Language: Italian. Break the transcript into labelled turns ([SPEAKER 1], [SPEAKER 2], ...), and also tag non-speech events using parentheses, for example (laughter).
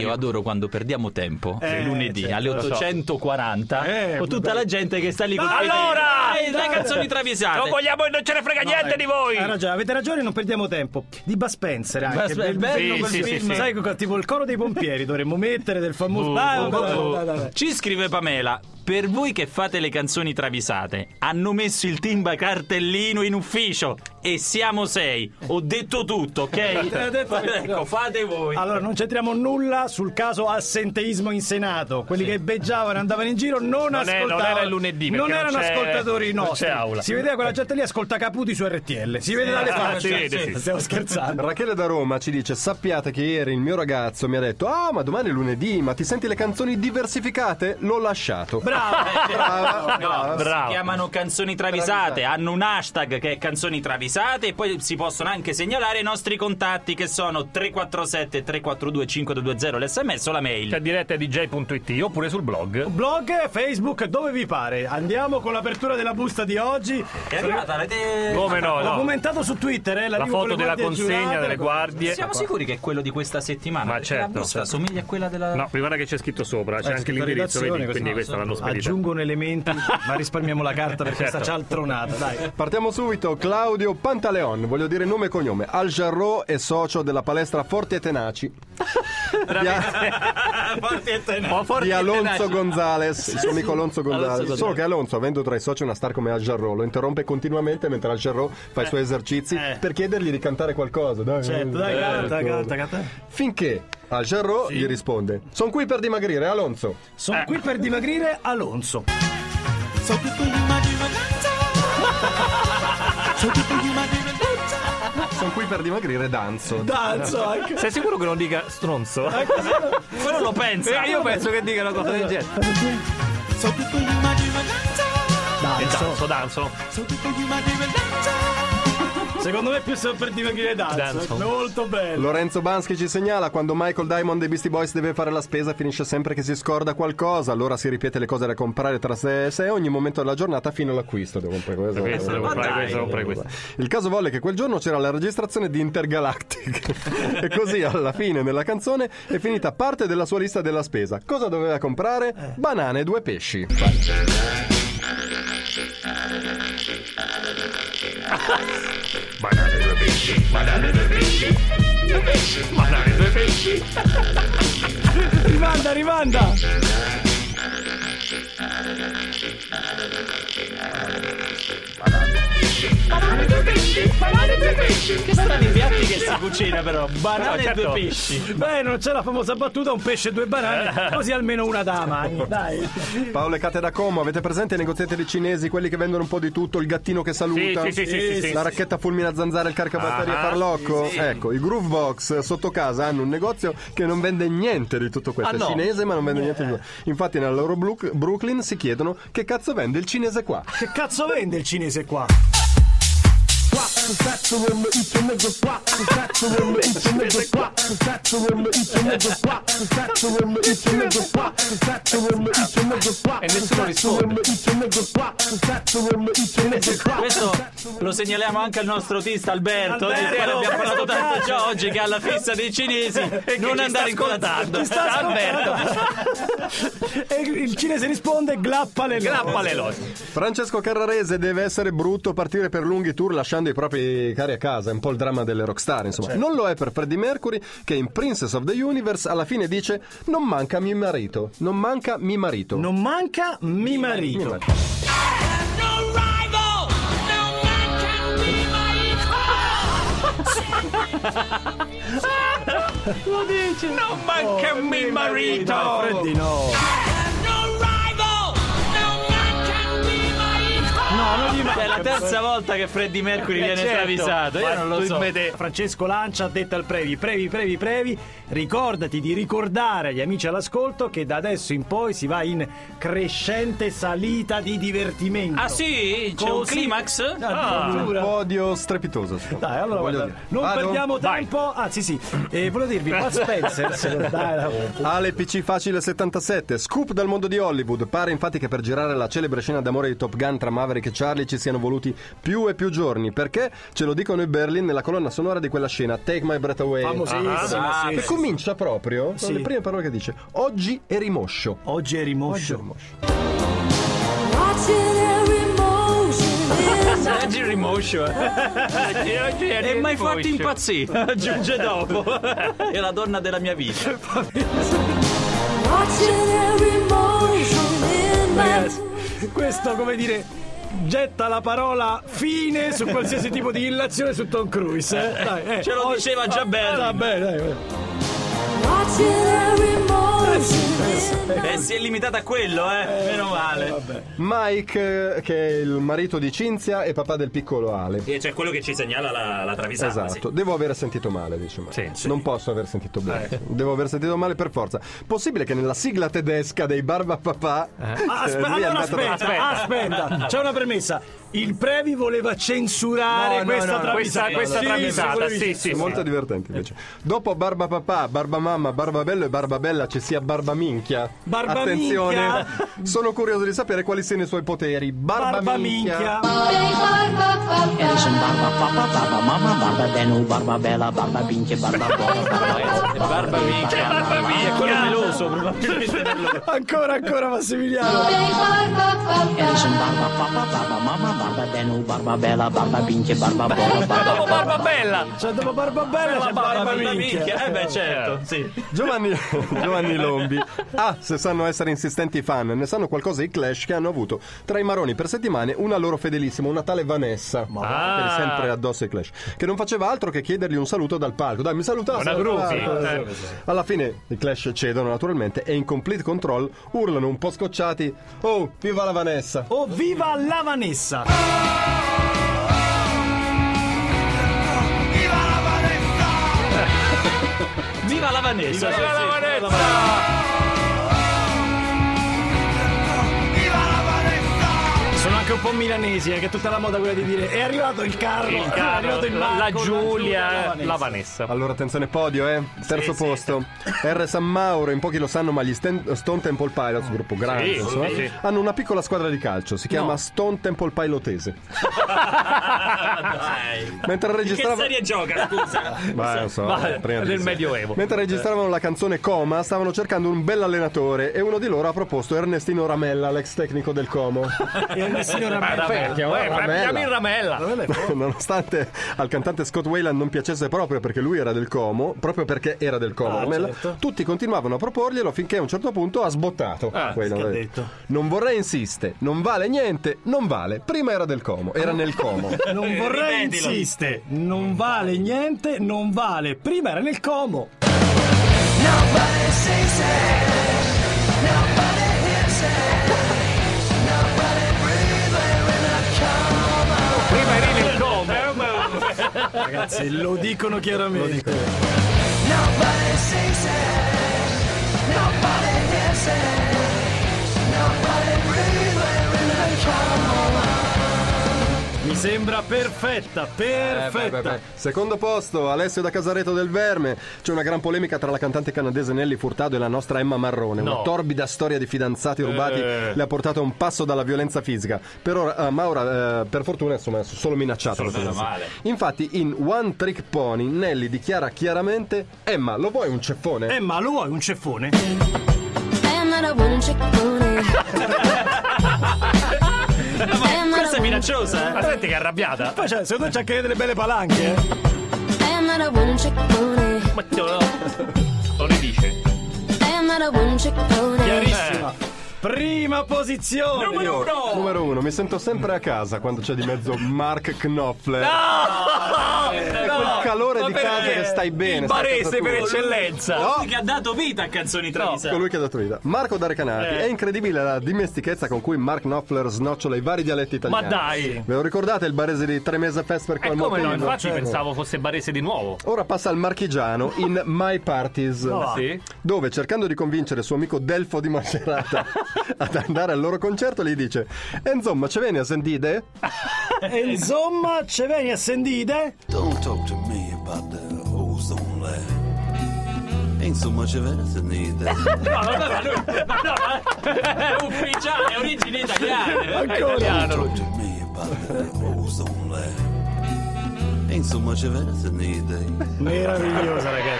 [SPEAKER 1] Io adoro quando perdiamo tempo
[SPEAKER 2] Eh,
[SPEAKER 1] il lunedì
[SPEAKER 2] certo,
[SPEAKER 1] alle
[SPEAKER 2] lo so.
[SPEAKER 1] 840
[SPEAKER 2] Eh,
[SPEAKER 1] con tutta
[SPEAKER 2] vabbè.
[SPEAKER 1] la gente che sta lì con
[SPEAKER 3] Allora!
[SPEAKER 1] Dai, dai, le canzoni travisate.
[SPEAKER 3] Non vogliamo, non ce ne frega
[SPEAKER 2] eh,
[SPEAKER 3] niente di voi.
[SPEAKER 2] Ha ragione, avete ragione, non perdiamo tempo. Di Bud Spencer anche.
[SPEAKER 1] Bud Spencer, bello
[SPEAKER 3] quel film.
[SPEAKER 2] Sai, co- tipo il coro dei pompieri dovremmo mettere del famoso...
[SPEAKER 1] Ah,
[SPEAKER 2] Dai, dai, dai, dai.
[SPEAKER 1] Ci scrive Pamela. Per voi che fate le canzoni travisate, hanno messo il timba cartellino in ufficio e siamo sei. Ho detto tutto,
[SPEAKER 2] (laughs)
[SPEAKER 1] ok?
[SPEAKER 2] Ha detto-
[SPEAKER 1] ecco, fate voi.
[SPEAKER 2] Allora, non c'entriamo nulla sul caso assenteismo in Senato. Quelli che beggiavano e andavano in giro non,
[SPEAKER 3] Non è- non
[SPEAKER 2] ascoltavano.
[SPEAKER 3] era il lunedì, perché
[SPEAKER 2] Non
[SPEAKER 3] non
[SPEAKER 2] erano
[SPEAKER 3] c'è-
[SPEAKER 2] ascoltatori
[SPEAKER 3] non c'è
[SPEAKER 2] nostri.
[SPEAKER 3] aula.
[SPEAKER 2] Si vedeva quella gente lì ascolta Caputi su RTL. Si vede dalle
[SPEAKER 3] ah,
[SPEAKER 2] facce.
[SPEAKER 3] sì, sì.
[SPEAKER 2] Stiamo scherzando.
[SPEAKER 4] Rachele da Roma ci dice: Sappiate che ieri il mio ragazzo mi ha detto: Ah, ma domani è lunedì, ma ti senti le canzoni diversificate? L'ho lasciato.
[SPEAKER 2] Bravo.
[SPEAKER 3] (laughs)
[SPEAKER 4] Brava, brava.
[SPEAKER 1] eh, Si
[SPEAKER 3] Bravo.
[SPEAKER 1] chiamano canzoni travisate,
[SPEAKER 4] Travisate.
[SPEAKER 1] hanno un hashtag che è canzoni travisate e poi si possono anche segnalare i nostri contatti che sono 347 342 520 l'SMS o la
[SPEAKER 3] C'è
[SPEAKER 1] mail.
[SPEAKER 3] diretta di dj.it oppure sul blog.
[SPEAKER 2] Blog, Facebook, dove vi pare. Andiamo con l'apertura della busta di oggi.
[SPEAKER 1] È arrivata la te-
[SPEAKER 3] Come no,
[SPEAKER 2] L'ho
[SPEAKER 3] no.
[SPEAKER 2] commentato su Twitter, eh,
[SPEAKER 3] La
[SPEAKER 2] l'arrivo con
[SPEAKER 3] foto
[SPEAKER 2] le
[SPEAKER 3] della
[SPEAKER 2] guardie
[SPEAKER 3] consegna
[SPEAKER 2] giurate,
[SPEAKER 3] delle
[SPEAKER 2] la-
[SPEAKER 3] guardie.
[SPEAKER 1] Siamo sicuri che è quello di questa settimana?
[SPEAKER 3] Ma
[SPEAKER 1] Perché
[SPEAKER 3] certo,
[SPEAKER 1] La busta
[SPEAKER 3] certo.
[SPEAKER 1] somiglia a quella della (laughs)
[SPEAKER 3] No, mi guarda che c'è scritto sopra,
[SPEAKER 2] Eh,
[SPEAKER 3] c'è anche
[SPEAKER 2] scritto
[SPEAKER 3] l'indirizzo,
[SPEAKER 2] redazione,
[SPEAKER 3] vedi? Quindi
[SPEAKER 2] questo
[SPEAKER 3] questa
[SPEAKER 2] no,
[SPEAKER 3] l'hanno spedita.
[SPEAKER 2] Aggiungono
[SPEAKER 3] (laughs)
[SPEAKER 2] elementi, ma risparmiamo la carta per questa
[SPEAKER 3] Certo.
[SPEAKER 2] cialtronata, dai.
[SPEAKER 4] Partiamo subito, Claudio Pantaleon, voglio dire nome e cognome, Al Jarro è socio della palestra Forti e Tenaci di,
[SPEAKER 1] Forti e tenaci.
[SPEAKER 3] Ho forti
[SPEAKER 4] di Alonso
[SPEAKER 1] tenaci.
[SPEAKER 4] Gonzales, il suo amico Alonso Gonzales.
[SPEAKER 1] Gonzales.
[SPEAKER 4] Solo che Alonso, avendo tra i soci una star come Al Jarro, lo interrompe continuamente mentre Al Jarro fa i suoi esercizi
[SPEAKER 2] eh.
[SPEAKER 4] per chiedergli di cantare qualcosa. Dai,
[SPEAKER 2] Certo, dai,
[SPEAKER 4] eh,
[SPEAKER 2] canta,
[SPEAKER 4] qualcosa.
[SPEAKER 2] canta, canta.
[SPEAKER 4] Finché Al Jarro gli risponde: Sono qui per dimagrire, Alonso.
[SPEAKER 3] Eh.
[SPEAKER 2] Sono qui per dimagrire Alonso.
[SPEAKER 5] So che tu gli immagini So che tu gli immagini
[SPEAKER 4] Sono qui per dimagrire, Danzo.
[SPEAKER 2] Danzo anche.
[SPEAKER 3] Sei sicuro che non dica stronzo?
[SPEAKER 1] Quello lo pensa.
[SPEAKER 3] Eh, penso che dica una cosa del genere.
[SPEAKER 5] So che tu gli immagini
[SPEAKER 3] E danzo, danzo.
[SPEAKER 5] So che tu gli immagini
[SPEAKER 2] Secondo me è più sono per dimagrire Danzo.
[SPEAKER 3] Danzo.
[SPEAKER 2] Molto bello.
[SPEAKER 4] Lorenzo Banschi ci segnala quando Michael Diamond dei Beastie Boys deve fare la spesa finisce sempre che si scorda qualcosa, allora si ripete le cose da comprare tra sé e sé ogni momento della giornata fino all'acquisto. Devo comprare questo, devo
[SPEAKER 3] Questo, devo
[SPEAKER 4] comprare
[SPEAKER 1] dai.
[SPEAKER 3] comprare questo, devo comprare questo.
[SPEAKER 4] Il caso volle che quel giorno c'era la registrazione di Intergalactic (laughs) e così alla fine nella canzone è finita parte della sua lista della spesa. Cosa doveva comprare? Banane e due pesci.
[SPEAKER 3] Banane due pesci, banane due pesci. Due pesci, banane due pesci.
[SPEAKER 2] Rimanda, rimanda.
[SPEAKER 1] Che strani piatti che si cucina però. Banane
[SPEAKER 3] No,
[SPEAKER 1] e
[SPEAKER 3] certo.
[SPEAKER 1] due pesci.
[SPEAKER 2] Beh, non c'è la famosa battuta un pesce e due
[SPEAKER 3] Eh.
[SPEAKER 2] banane, così almeno una dama. Dai.
[SPEAKER 4] Paolo e Cate da Como, avete presente i negozietti dei cinesi, quelli che vendono un po' di tutto, il gattino che saluta?
[SPEAKER 3] Sì, sì, sì, sì, sì, sì.
[SPEAKER 4] La racchetta fulmina zanzara, il caricabatterie
[SPEAKER 3] Ah,
[SPEAKER 4] farlocco? Ecco, i Groovebox sotto casa hanno un negozio che non vende niente di tutto questo.
[SPEAKER 1] Ah, no?
[SPEAKER 4] È cinese, ma non vende niente di tutto. Infatti, nella loro Blu- Brooklyn si chiedono che cazzo vende il cinese qua.
[SPEAKER 2] Che cazzo vende il cinese qua?
[SPEAKER 3] E nessuno risponde.
[SPEAKER 1] Questo lo segnaliamo anche al nostro autista Alberto. Di
[SPEAKER 2] Alberto,
[SPEAKER 1] te ne abbiamo parlato tanto già
[SPEAKER 2] grazie.
[SPEAKER 1] oggi che alla fissa dei (laughs) cinesi non
[SPEAKER 3] ci
[SPEAKER 1] andare in
[SPEAKER 3] sta
[SPEAKER 1] contatto.
[SPEAKER 3] ascoltando.
[SPEAKER 2] Ci sta
[SPEAKER 1] Alberto.
[SPEAKER 3] (laughs)
[SPEAKER 2] E il cinese risponde glappa le loro.
[SPEAKER 3] Grappa le lotte.
[SPEAKER 4] Francesco Carrarese deve essere brutto partire per lunghi tour lasciando i propri cari a casa, è un po' il dramma delle rockstar, insomma.
[SPEAKER 2] Certo.
[SPEAKER 4] Non lo è per Freddie Mercury che in Princess of the Universe alla fine dice "Non manca mio marito, non manca mio marito".
[SPEAKER 2] Non manca mi marito.
[SPEAKER 4] Mio marito.
[SPEAKER 5] No rival No man can be my
[SPEAKER 1] Non
[SPEAKER 2] Oh,
[SPEAKER 1] manca mio marito.
[SPEAKER 2] Freddy no.
[SPEAKER 5] No rival No man can be my
[SPEAKER 2] No,
[SPEAKER 1] (laughs)
[SPEAKER 2] non gli
[SPEAKER 1] È la
[SPEAKER 2] manca.
[SPEAKER 1] terza volta che Freddie Mercury viene
[SPEAKER 3] certo.
[SPEAKER 1] travisato. Io
[SPEAKER 3] Ma
[SPEAKER 1] non lo
[SPEAKER 3] tu
[SPEAKER 1] so.
[SPEAKER 3] smette-
[SPEAKER 2] Francesco Lancia ha detto al Previ, Previ, Previ, Previ, ricordati di ricordare agli amici all'ascolto che da adesso in poi si va in crescente salita di divertimento.
[SPEAKER 1] Ah sì? Ah. C'è un
[SPEAKER 2] Così-
[SPEAKER 1] climax?
[SPEAKER 4] Un
[SPEAKER 2] Addirittura.
[SPEAKER 4] podio strepitoso. secondo me.
[SPEAKER 2] Dai, allora,
[SPEAKER 4] Voglio
[SPEAKER 2] guarda,
[SPEAKER 4] dire.
[SPEAKER 2] non
[SPEAKER 4] Vado?
[SPEAKER 2] perdiamo
[SPEAKER 3] Vai.
[SPEAKER 2] tempo. Anzi, sì, eh, volevo dirvi, Bud Spencer, se lo- dai,
[SPEAKER 4] (laughs)
[SPEAKER 2] dai.
[SPEAKER 4] Ale PC Facile 77, scoop dal mondo di Hollywood. Pare infatti che per girare la celebre scena d'amore di Top Gun tra Maverick e Charlie ci ci siano voluti più e più giorni, perché ce lo dicono i Berlin nella colonna sonora di quella scena, Take My Breath Away.
[SPEAKER 2] Famosissima,
[SPEAKER 1] Ah,
[SPEAKER 2] sì.
[SPEAKER 4] Che comincia proprio, sono
[SPEAKER 2] Sì.
[SPEAKER 4] le prime parole che dice, oggi è rimoscio.
[SPEAKER 2] Oggi è
[SPEAKER 4] Oggi è
[SPEAKER 2] rimoscio.
[SPEAKER 4] rimoscio.
[SPEAKER 6] Watching every motion
[SPEAKER 1] (laughs)
[SPEAKER 6] in
[SPEAKER 1] Oggi Rimotion E mi hai fatto (laughs) impazzire Aggiunge dopo (laughs) È la donna della mia vita
[SPEAKER 6] Watching every motion in my
[SPEAKER 2] Ragazzi, questo come dire getta la parola fine su qualsiasi tipo di illazione su Tom Cruise. eh. Dai, eh.
[SPEAKER 1] Ce lo diceva già
[SPEAKER 2] Va
[SPEAKER 1] Berlin
[SPEAKER 2] bene, dai, vai.
[SPEAKER 6] Watching every motion in
[SPEAKER 1] E Eh, si è limitata a quello eh Meno male
[SPEAKER 4] Mike, eh, che è il marito di Cinzia e papà del piccolo
[SPEAKER 2] Ah,
[SPEAKER 4] Ale.
[SPEAKER 1] E Cioè quello che ci segnala la, la travisata sì.
[SPEAKER 4] Esatto, devo aver sentito male, diciamo.
[SPEAKER 1] Sì, sì.
[SPEAKER 4] Non posso aver sentito bene.
[SPEAKER 2] Eh.
[SPEAKER 4] Devo aver sentito male per forza. Possibile che nella sigla tedesca dei Barba Papà eh,
[SPEAKER 2] Ah, aspe- allora aspetta, aspetta, c'è una premessa. Il Previ voleva censurare
[SPEAKER 4] No, no,
[SPEAKER 2] questa
[SPEAKER 4] no,
[SPEAKER 2] travisata.
[SPEAKER 7] questa- questa travisata,
[SPEAKER 2] voleva-
[SPEAKER 7] sì, sì.
[SPEAKER 4] È molto divertente invece.
[SPEAKER 2] Eh.
[SPEAKER 4] Dopo Barba Papà, Barba Mamma, Barba Bello e Barba Bella ci sia Barba Minchia.
[SPEAKER 2] Barba
[SPEAKER 4] Attenzione,
[SPEAKER 2] Minchia.
[SPEAKER 4] sono curioso di sapere quali siano i suoi poteri. Barba,
[SPEAKER 2] Barba minchia.
[SPEAKER 8] Er ist ein Barba Papa, Barba Mama, Barba Benno, Barba Bella, Barba Binche, Barba Boba, Barba Elsa,
[SPEAKER 1] Barba minchia Barba minchia Quello peloso probabilmente per loro.
[SPEAKER 2] Ancora, ancora Massimiliano.
[SPEAKER 8] Er ist ein Barba Papa, Barba Mama, Barba Benno, Barba Bella, Barba Binche, Barba Boba, Barba
[SPEAKER 7] Dopo
[SPEAKER 8] Elsa.
[SPEAKER 7] Barba Bella!
[SPEAKER 2] Cioè, dopo Barba Bella c'è Barba,
[SPEAKER 1] Barba
[SPEAKER 2] minchia.
[SPEAKER 1] minchia Eh beh certo Sì
[SPEAKER 4] Giovanni, (laughs) Giovanni Lombi. Ah, se sanno essere insistenti fan, ne sanno qualcosa i Clash che hanno avuto tra i maroni per settimane una loro fedelissima, una tale Vanessa. Ma
[SPEAKER 7] va.
[SPEAKER 4] che è sempre addosso ai Clash. Che non faceva altro che chiedergli un saluto dal palco. Dai, mi saluta.
[SPEAKER 7] Buona
[SPEAKER 4] saluta,
[SPEAKER 7] groovy.
[SPEAKER 4] saluta.
[SPEAKER 7] Eh.
[SPEAKER 4] Alla fine i Clash cedono naturalmente e in complete control urlano un po' scocciati. Oh, viva la Vanessa!
[SPEAKER 2] Oh, viva la Vanessa!
[SPEAKER 1] Viva la Vanessa sì,
[SPEAKER 7] Viva la
[SPEAKER 1] sì.
[SPEAKER 7] Vanessa!
[SPEAKER 2] Sono anche un po' milanesi, eh, che è tutta la moda quella di dire è arrivato il Carlo,
[SPEAKER 7] Il
[SPEAKER 2] è
[SPEAKER 7] Carlo,
[SPEAKER 2] arrivato il
[SPEAKER 7] la, la
[SPEAKER 2] Marco,
[SPEAKER 7] Giulia, la Vanessa.
[SPEAKER 4] Allora attenzione podio, eh. Terzo posto. R. San Mauro, in pochi lo sanno, ma gli Sten- Stone Temple Pilots, gruppo grande,
[SPEAKER 7] Sì,
[SPEAKER 4] insomma,
[SPEAKER 7] sì.
[SPEAKER 4] hanno una piccola squadra di calcio, si chiama Stone Temple Pilotese.
[SPEAKER 1] Dai
[SPEAKER 7] (laughs)
[SPEAKER 4] Mentre
[SPEAKER 1] Che
[SPEAKER 4] registrava
[SPEAKER 1] serie gioca scusa
[SPEAKER 4] Beh, non so,
[SPEAKER 7] Ma-
[SPEAKER 4] prima di-
[SPEAKER 7] nel Medioevo.
[SPEAKER 4] Mentre registravano la canzone Coma, stavano cercando un bel allenatore e uno di loro ha proposto Ernestino Ramella, l'ex tecnico
[SPEAKER 7] (laughs)
[SPEAKER 4] del Como.
[SPEAKER 2] E
[SPEAKER 3] (laughs) Ah,
[SPEAKER 2] Alessino Ramella.
[SPEAKER 7] Ramella, eh,
[SPEAKER 4] Ramella.
[SPEAKER 7] chiami il Ramella.
[SPEAKER 4] (laughs) Nonostante al cantante Scott Wayland non piacesse proprio perché lui era del Como, proprio perché era del Como, Ramella, tutti continuavano a proporglielo finché a un certo punto ha sbottato. Wayland, Ah, ha detto, Non vorrei insiste, non vale niente, non vale. Prima era del Como, era nel (laughs) Como.
[SPEAKER 2] Non vorrei
[SPEAKER 1] Ripetilo.
[SPEAKER 2] insiste, non vale niente, non vale. Prima era nel Como.
[SPEAKER 7] Prima eri nel come.
[SPEAKER 2] Ragazzi, lo dicono chiaramente. Mi sembra perfetta, perfetta.
[SPEAKER 4] Eh, beh, beh, beh. Secondo posto, Alessio da Casareto del Verme. C'è una gran polemica tra la cantante canadese Nelly Furtado e la nostra Emma Marrone. Una torbida storia di
[SPEAKER 7] Eh.
[SPEAKER 4] fidanzati rubati le ha portato a un passo dalla violenza fisica. Per ora, eh, Maura, eh, per fortuna, insomma, è solo minacciata. la
[SPEAKER 1] meno
[SPEAKER 4] fidanzata.
[SPEAKER 1] male.
[SPEAKER 4] Infatti, in One Trick Pony, Nelly dichiara chiaramente: Emma, lo vuoi un ceffone?
[SPEAKER 2] Eh, ma lo vuoi un ceffone?
[SPEAKER 6] I'm not a one trick pony. I'm not
[SPEAKER 1] Questa è
[SPEAKER 6] a one-
[SPEAKER 1] minacciosa eh
[SPEAKER 7] Ma senti che arrabbiata.
[SPEAKER 2] Poi c'è, secondo te c'è anche delle belle palanche? eh?
[SPEAKER 6] I'm not a one trick pony.
[SPEAKER 7] Ma te lo, lo ridice.
[SPEAKER 6] I'm not a one trick pony.
[SPEAKER 3] Eh.
[SPEAKER 2] Chiarissima. Prima posizione.
[SPEAKER 1] Numero uno
[SPEAKER 4] Numero uno, mi sento sempre a casa quando c'è di
[SPEAKER 7] (laughs)
[SPEAKER 4] mezzo Mark Knopfler.
[SPEAKER 3] Ah!
[SPEAKER 7] È
[SPEAKER 4] quel calore di casa che stai
[SPEAKER 7] Il
[SPEAKER 4] bene, stai senza
[SPEAKER 7] barese per
[SPEAKER 4] culo.
[SPEAKER 7] eccellenza.
[SPEAKER 4] No.
[SPEAKER 1] Colui che ha dato vita a canzoni
[SPEAKER 4] Sì.
[SPEAKER 1] travisate
[SPEAKER 4] Colui che ha dato vita. Marco D'Arecanati.
[SPEAKER 7] Eh.
[SPEAKER 4] È incredibile la dimestichezza con cui Mark Knopfler snocciola i vari dialetti italiani.
[SPEAKER 7] Ma dai.
[SPEAKER 4] Ve lo ricordate il barese di tre mesi fest per
[SPEAKER 7] E
[SPEAKER 4] quel
[SPEAKER 7] come
[SPEAKER 4] motivo?
[SPEAKER 7] no, infatti
[SPEAKER 4] Eh.
[SPEAKER 7] pensavo fosse barese di nuovo.
[SPEAKER 4] Ora passa al marchigiano in My Parties,
[SPEAKER 7] Sì?
[SPEAKER 4] dove cercando di convincere suo amico Delfo
[SPEAKER 7] (laughs)
[SPEAKER 4] di Macerata ad andare al loro concerto gli dice "E insomma, ce veni a sentite?
[SPEAKER 2] E insomma, ce veni assendite?
[SPEAKER 9] Don't talk to me about the ozone layer. Ain't so much of anything either.
[SPEAKER 1] È ufficiale, è origine italiana
[SPEAKER 9] Don't talk to me about about the ozone layer. Ain't so much of anything these days.
[SPEAKER 2] Meravigliosa, ragazzi.